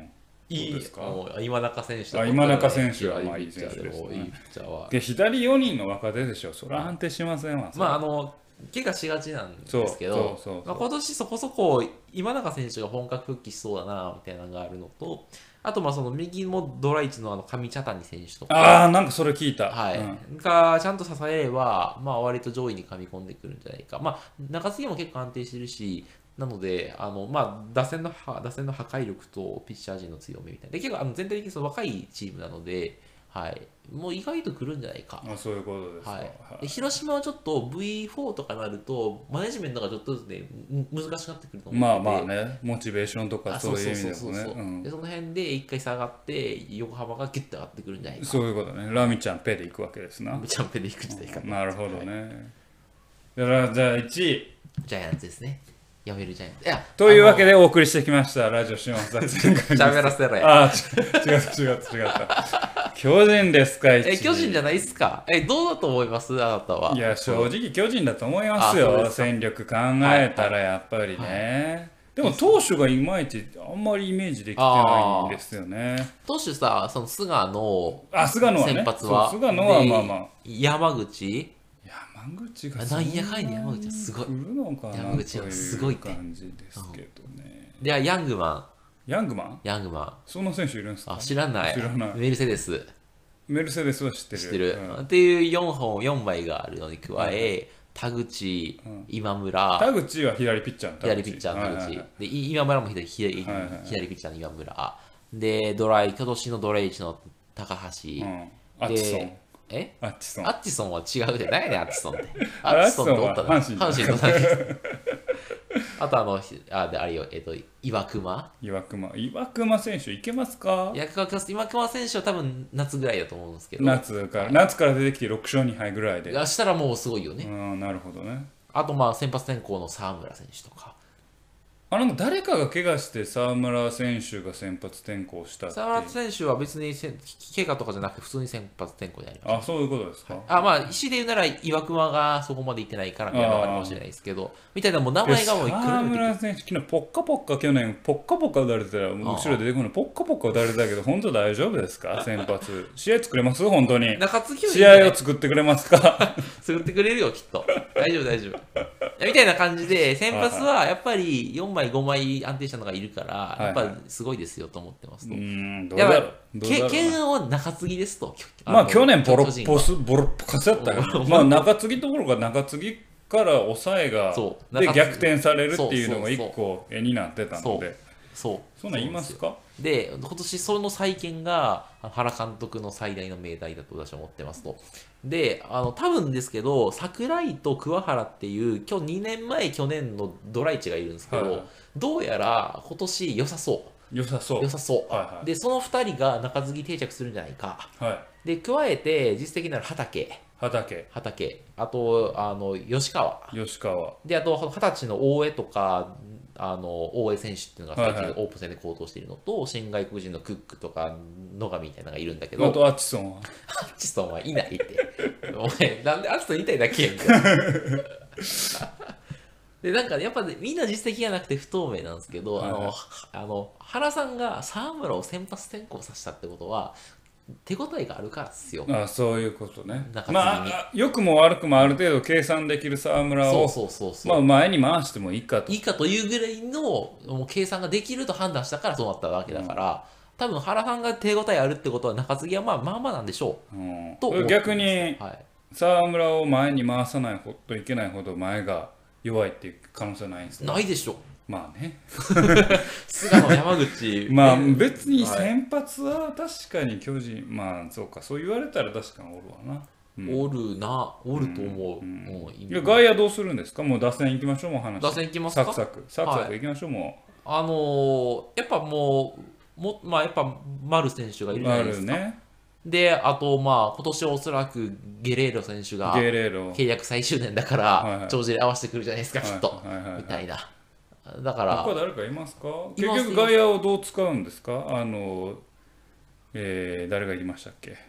いい
そうですか
あの今中選手
あ今中選手はまあいい選手ですね
いいピッチャーは。
で左4人の若手でしょそれは安定しませんわ
まあ、あの、怪我しがちなんですけど、
そうそうそうそう
まあ、今年そこそこ今中選手が本格復帰しそうだな、みたいなのがあるのと、あと、まあ、その右もドライチのあの上茶谷選手とか。
ああなんかそれ聞いた
はい
うん
がちゃんと支えれば、まあ、割と上位に噛み込んでくるんじゃないか、まあ、中継ぎも結構安定してるし、なので、あのまあ、打線のは打線の破壊力とピッチャー陣の強みみたいな、で結構あの全体的にその若いチームなので、はい、もう意外とくるんじゃないか。
あそういうことですか
はい
は
で
い
広島はちょっと V4 とかなると、マネジメントがちょっとずつね、む難しくなってくると思うの
まあ
で、
まあねモチベーションとか
あ
そ
そうう
い
そ
うう意
そう
味でも
そう
ね
そう、
うん
で、その辺で一回下がって、横浜がギュッと上がってくるんじゃないか、
そういうことねラミちゃんペでいくわけですな
チャンペンでいくんじゃないかな
なるほどねだからじゃあ1位
ジャイアンツですね。やめるジャイアンツ。いや、
というわけ
で。
でお送りしてきましたラジオ新聞作戦会
しゃべらせろや。
[laughs] ああ、ち違った違った違った。巨人ですか、一位
え、巨人じゃないっすかえ、どうだと思いますあなたは。
いや、正直巨人だと思いますよ
あそう。ですか
戦力考えたらやっぱりね。でも投手がいまいちあんまりイメージできてないんですよね。
投手さ、その菅野、
あ、菅野はね。
先発は。
そう菅野は
で
まあまあ。
山口。
山口が
なんやかんや山口はすごい
来るのかな
山口はすごいって
という感じですけどね。
で、ヤングマ
ヤングマン
ン。ヤングマ
その選手いるんです
ン。あ、
か
知らない。
知らない
メルセデス。
メルセデスは知ってる。
知ってる。
うん
っていう4本、4枚があるのに加え、田口、今村、
田口は左ピッチャーの田口
左ピッチャー
はいは
の
い
田
はい
口。で、い今村も左、左
はいはい
左ピッチャーの今村。で、ドライ、今年のドレイチの高橋。
うんアッチソン
で。え
アッチソン
ア。ッチソンは違うで、何やねん、アッチソンって。ア
あれ
ッチソンっておった
[laughs]
な
アッチソンは阪神
阪神と何あとあの、ひあ、で、あれよ、えっと、岩隈
岩隈。岩隈選手いけますか
岩隈岩隈選手は多分夏ぐらいだと思うんですけど。
夏から、夏から出てきて6勝2敗ぐらいで。
がしたらもうすごいよ
う
ね。
ん、なるほどね。
あとまあ、先発転向の沢村選手とか。
あなんか誰かが怪我して沢村選手が先発転向したっていう
沢村選手は別にせん怪我とかじゃなくて普通に先発転向でありま
あそういうことですか、
す。あまあ、石で言うなら岩隈がそこまで行ってないからみたいなのがあるかもしれないですけど、みたいなもう名前がもういくら
沢
でも出てくる
村選手、昨日ポッカポッカ、去年、ポッカポッカ打たれてたら、もう後ろ出てくるの、ポッカポッカ打たれてたけど、本当大丈夫です
[laughs]
か、先発。試合作れます本当に。
中継ぎはいいん
試
じゃない
合を作ってくれます
[laughs]
か
作ってくれるよ、きっと。大丈夫、大丈夫。みたいな感じ
[laughs]
で、先発はやっぱり4枚、5枚安定したのがいるから、
い
やっぱすごいですよと思ってます
う
と。
ーん、どう
や
だ
っ
ろう
ぱ。
どうだろ
け
うな
剣は中継ぎですと。
まあ去年ボロ
巨
ッ
人
ポ
は
ス、ボロッポカスや [laughs] ったから、まあ中継ぎどころか中継ぎから抑えが
そう
で
中継ぎ
逆転されるっていうのが
そう
一
そうそう
個絵になってたので、
そう。
そんなん言いますか
で、今年その再建があの原監督の最大の命題だと私は思ってますと。で、あの、多分ですけど、桜井と桑原っていう、今日2年前、去年のドライチがいるんですけど、
はい
どうやら今年良さそう。
良さそう
良。さそう、
はいはい
でその2人が中継ぎ定着するんじゃないか
はい。
で加えて実質的なら畑
畑、
畑あとあの吉川
吉川。
であと二十歳の大江とかあの大江選手っていうのが最
はい
近
は
オープン戦で高騰しているのと、新外国人のクックとか野上みたいなのがいるんだけど
あとアッチソンは。
アッチソンはいないって。 [laughs] お前、なんでアッチソンいたいだけやみたいな。で、なんかねやっぱね、みんな実績がなくて不透明なんですけど、
は
あ
いはい、
のあの原さんが沢村を先発転向させたってことは、手応えがあるからですよ。
あそういうことね
中継。ぎ
まああ、良くも悪くもある程度計算できる沢村
そう
を、
そうそうそう。
まあ前に回してもいいかと
い。いかというぐらいのもう計算ができると判断したからそうなったわけだから、多分原さんが手応えあるってことは中継ぎはまあまあまあなんでしょ
うん
と思って
逆に
う。はい。
沢村を前に回さないといけないほど前が弱いっていう可能性ないんですか
ないでしょ。
まあね。。
菅野、山口
[laughs] まあ別に
はい
先発は確かに巨人、まあそうかそう言われたら確かにおるわな、うん
おるな、おると思う。
うん
もう
いや外野どうするんですかもう打線行きましょうもう話
打線行きます
サ
か
クサクサクサ
は
ク行きましょうも、
あのーやっぱもう、もまあ、やっぱ丸選手がいうるじゃな
あ
いです
る
か。
ね
で、あと、まあ、今年おそらくゲレーロ選手が
ゲレーロ
契約最終年だか
はいは
ら
い、
帳尻合わせてくるじゃないですか、きっと。
はいはいはいはい
みたいな。だか
他
ら、
誰かいますか
い
結
ます
局外野をどう使うんですかあのえー誰がいましたっけ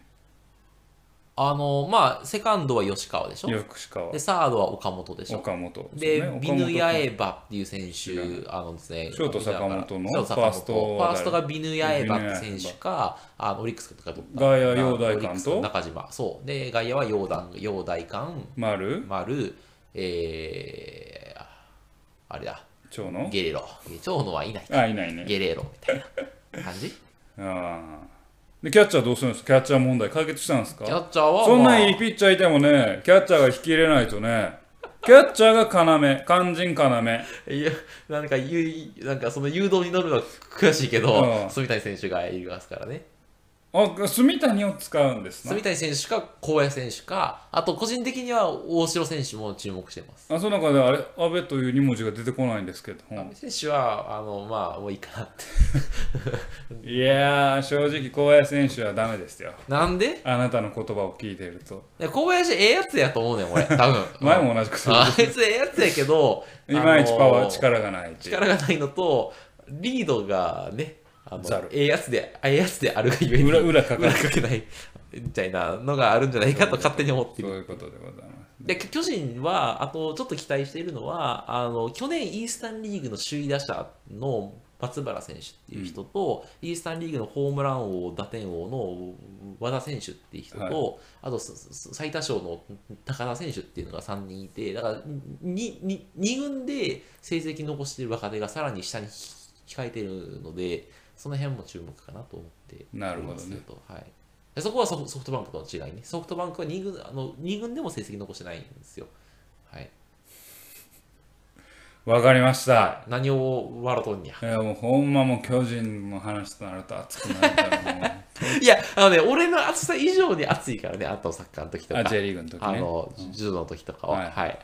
あのーまあ、セカンドは吉川でしょ。
吉川
で、サードは岡本でしょ。
岡本
で、
そうね
ビヌヤエ
岡
バっていう選手、あのですね、
ショート坂本の
ショート坂
ファ
本
ーストは
フ
誰
ァーストがビヌヤエバって選手か、あのオリックスとかどっか、
外野陽大館と
オリックスの中島、そう、で、外野は陽大陽大館、
本丸
丸、えー、あれだ、
長野
ゲレロ、長野はいない、
あいないね
ゲレロみたいな感じ。
[laughs] あーでキャッチャーどうするんですかキャッチャー問題解決したんですか
キャッチャーは、
そん
ま
な
あ
いいピッチャーいてもね、キャッチャーが引き入れないとね、キャッチャーが要、肝心要。
いや、なんかゆい、なんかその誘導に乗るのは悔しいけ
うん
ど、住谷選手がいますからね。
あ、住谷を使うんですな
住。谷選手か高野選手か、あと個人的には大城選手も注目してます。
あ、その中であれ、安倍という2文字が出てこないんですけど。
阿部選手は、あの、まあ、もういいかなって。 [laughs]
いやー、正直、高野選手はダメですよ。
なんで
あなたの言葉を聞いていると。。
いや小林ええやつやと思うねん、俺。多分
[laughs] 前も同じくそう。
[laughs] あいつええやつやけど、
いまいちパワ
あ
ー、
の
力がないっていう。
力がないのと、リードがね、あの
ざる
ええやつで、あええやつであるがゆえに、
裏、裏かか
裏
る。
かけない、みたいなのがあるんじゃないかと勝手に思って
そう
る。
いうことでございます。
で、巨人は、あと、ちょっと期待しているのは、あの、去年イースタンリーグの首位打者の松原選手っていう人と、イースタンリーグのホームラン王、打点王の和田選手っていう人と、
は
あと、すす最多勝の高田選手っていうのが3人いて、だから、にに2軍で成績残している若手がさらに下に控えているので、その辺も注目かなと思っておりま
な
す
るほどね
とはいでそこはソフソフトバンクとの違いね。ソフトバンクは2軍あの二軍でも成績残してないんですよ。はい、
わかりました。
何を笑うと
[laughs]
んにゃ。
いや、もうほんまもう巨人の話となると熱くなるから
[laughs]
もう。
いや、あのね、俺の暑さ以上に暑いからね、あとサッカーの時と
あ、
か、
J リーグの時
あ
ね。
の、柔道の時とかは。
は
はいい、はい、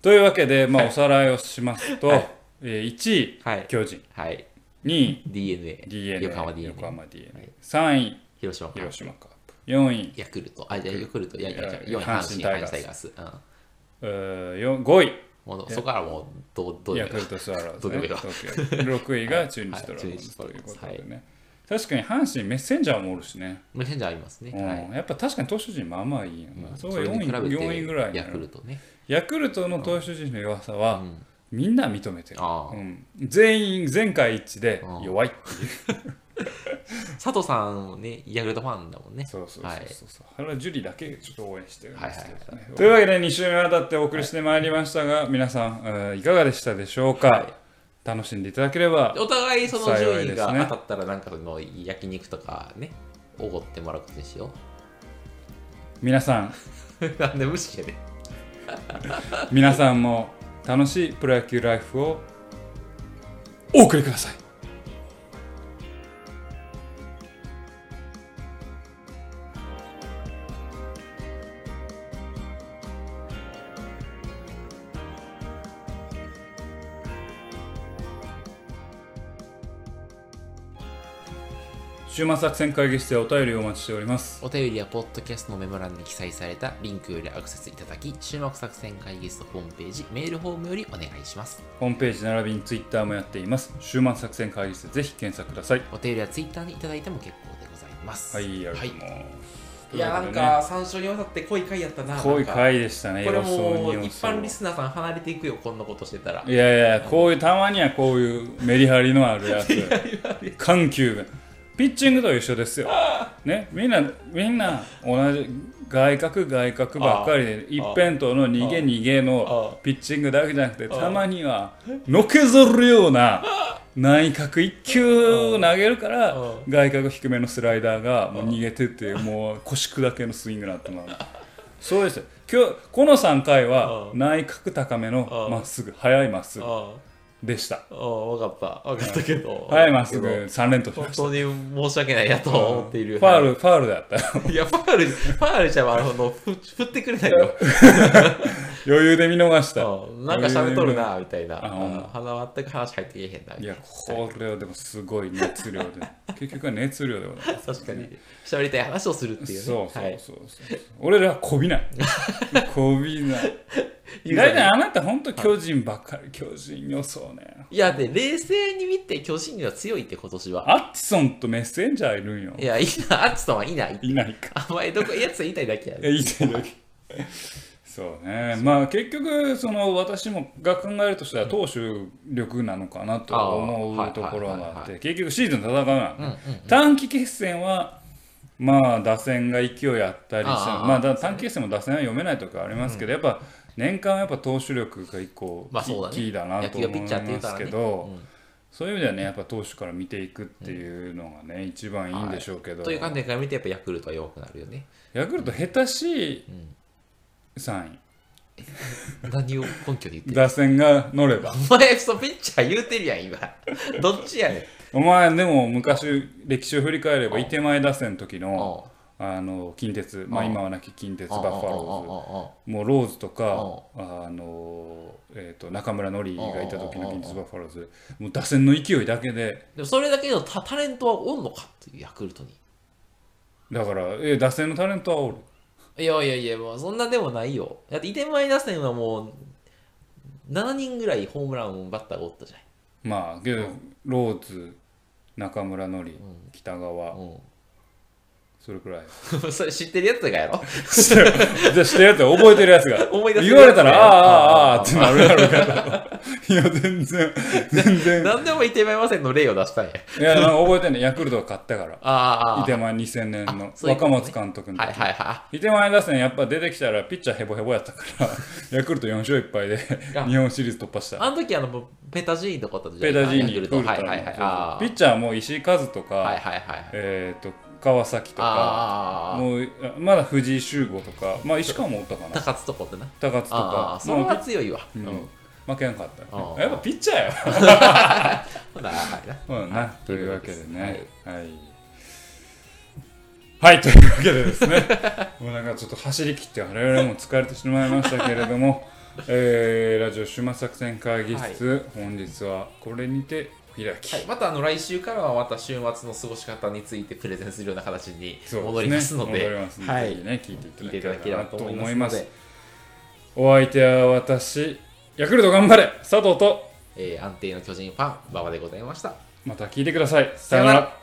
というわけで、まあ、おさらいをしますと、
はい
えー1位、
はい、
巨人、
はい、
2位、
DNA、
d n
横浜 DNA、
a 3位、
広島カープ
広島カープ、4位、
ヤクルト、あ、じゃあヤクルト、いやいやいや
いや
4
阪
位、阪神タ
神
イガ
タイ
ース。うん
えーよ5位、
もうそこからもうどうどうで
ヤ
も
クルトスワローズ、ね、
どうでもいいわ
東京6位が中日ドラゴンズと
はいいう中日ドラゴン
こ
ズ
とでね、確かに阪神メッセンジャーもおるしね、
無線じゃありますね。は
う
い
ん、やっぱ確かに投手陣まあまあいいよな、
うん
そ
そ
こ
れ
4
に
位
比べて
4位ぐらいにな
ヤ
る
クルトね。
ヤクルトの投手陣の弱さ
う
は
ん。
みんな認めてる、
あ
う
あ
ん、全員全会一致で
うん
弱い、
佐藤さんもね、ヤクルトファンだもんね。
そうそうそうそう、
はい
あれはジュリだけちょっと応援してるんですけどね、
はいはい
というわけで2週目にわたってお送りしてまいりましたが、皆さん、えーいかがでしたでしょうか、
はい
楽しんでいただければ
お互いその
幸
順
いで
位
す
が
ね
当たったら、なんかその焼肉とかね、おごってもらうことにしよ
皆さん
う。 [laughs] なんで無視やで。
皆さんも楽しいプロ野球ライフをお送りください週末作戦会議室でお便りをお待ちしております
お便りはポッドキャストのメモ欄に記載されたリンクよりアクセスいただき、注目作戦会議室ホームページ、メールフォームよりお願いします。
ホームページ並びにツイッターもやっています週末作戦会議室でぜひ検索ください
お便りはツイッターにいただいても結構でございます。
はい、ありがとうござい
い
ます。
いや、なんか、3勝にわたって濃い回やったな。
ということでね、濃い
なんか
回でしたね、
これ
予想
も
に
う
予
一
想
般リスナーさん離れていくよ、こんなことしてたら。
いやいや、こういう、たまにはこういうメリハリのある
[laughs]
やつ、緩急が。ピッチングと一緒
[laughs]
ですよ。ね、みんな、みんな、同じ外角、外角ばっかりで、一辺倒の逃げ、逃げのピッチングだけじゃなくて、たまには、のけぞるような、内角一球投げるから
あ、
外角低めのスライダーがもう逃げてて、
[laughs]
もう腰砕けのスイングになってます。そうですよ今日この3回は
う
内角高めの
うん
まっすぐ速いまっすぐ
あ
でした
あ、わかった。わかったけど。
速いまっすぐ。3連投し
本
ました
当に申し訳ないやと思っている。
ファールファールだった
[laughs] ル。いや、ファール、ファールじゃ、あの、ふ振ってくれないよ。
余裕で見逃した
うんなんか喋っとるな、みたいな。
あほんま
うん鼻全く話入ってけえへんな。
いやこれはでもすごい熱量で結局は熱量でございます
確かに。喋りたい話をするっていうね。
そうそう
はい。
そうそう俺らはこびない
[laughs]
こびない
ユーザー
大
に
体あなた本当巨人ばっかり巨人予想ね
いや、で、冷静に見て、巨人には強いって、今年は。
アッチソンとメッセンジャーいるんよ
いや、いな、アッツさんはいない。
いないか
あんまりどこ、やつは言いたいだけや
いや
で。
言いたいだけそうねまあ結局その私もが考えるとしたら投手力なのかなと思
あ
う
ー
ところ
はいはい
があ
は
っ
いは
て結局シーズン戦うな、
うんうん。
短期決戦はまあ打線が勢いあったりして
あー
まあだ短期決戦も打線は読めないとかありますけど、やっぱ年間はやっぱ投手力が一個
まあそうだね
キーだな
野
と
球
思
が
い
ピッチャーって言う
ま
から
す
ね
け
う
ど
ん
そういう意味ではねやっぱ投手から見ていくっていうのがね一番いいんでしょうけど、
という観点から見て、やっぱヤクルトは弱くなるよね。
ヤクルト下手しい3位。
何を根拠で言ってる
打線が乗れば。
お前、そのピッチャー言うてるやん、今。どっちやねん。
お前、でも昔、歴史を振り返れば、伊手前打線の時の、
あ
あの、近鉄、まあ
あ
今はなき近鉄、
あ
バッファロ
あ
ーズ、もうローズとか、あの、えっと、中村紀がいた時の近鉄バッファローズ、もう打線の勢いだけで、
でもそれだけのタタレントはおんのかっていう、ヤクルトに。
だから、え、打線のタレントはおる。
いやいやいや、もうそんなでもないよ。だって、移転前打線はもう、7人ぐらいホームランバッターがおったじ
まあ、けど、ローズ、中村紀、北
ゃん。
川、
う
それくらい。 [laughs]
ん、 [laughs] それ知ってるやつがやろ [laughs]
じゃあ、知ってるやつが覚えてるやつが。
思い出せ
言
る
わ
や
れ
つ
た
が
ら、
やろ
ああ、ああ、ああってなるやろうけど。い
[laughs]
や、全然、全然。
何でも移転前打線の例を出したんや。
いや、なんか覚えてんね、ヤクルトが勝ったから。
ああ
伊手前2000年の
あそういう
若
ことね
松監督の
ああ、はいはいは
伊手前打線やっぱ出てきたらピッチャーヘボヘボやったから
[laughs]
ヤクルト4勝1敗で
や
日本シリーズ突破し
い。
た
あの時、あの、ペタジーニとかだったじゃん。
ペダジー
ヤク
ニ
ル
クー
ト。
ル
はい
タ
はいはい。あ
の
あ
ピッチャーも石井和とか、
はいはいはい。
えー、と川崎とか
ああ、
もうまだ藤井修吾とかまあ石川もおったかな
高津とこってな。
高津と
ああ、
か
それは強いわ。う。
うんん負けなかった
ああ
やっぱピッチャーや
ほな、はいな。
そうだな、というわけでね、はい、はいというわけでです
[laughs]
ね、もうなんかちょっと走り切って、我々も疲れてしまいましたけれども、 [laughs] えーラジオ終末作戦会議室、本日はこれにてお開き、
はい、またあの来週からはまた週末の過ごし方についてプレゼンするような形に
そう
戻りますので
戻りますので、
はい
ぜひね、聞いていた
聞い
だ
て
け
いただけ
れ
れ
ば
ば
な
と
と
思
思
い
い
ま
ます
の
す
で。
お相手は私、ヤクルト頑張れ佐藤と
えー安定の巨人ファン、馬場でございました。
また聞いてくださいさよな
さよな
ら
ら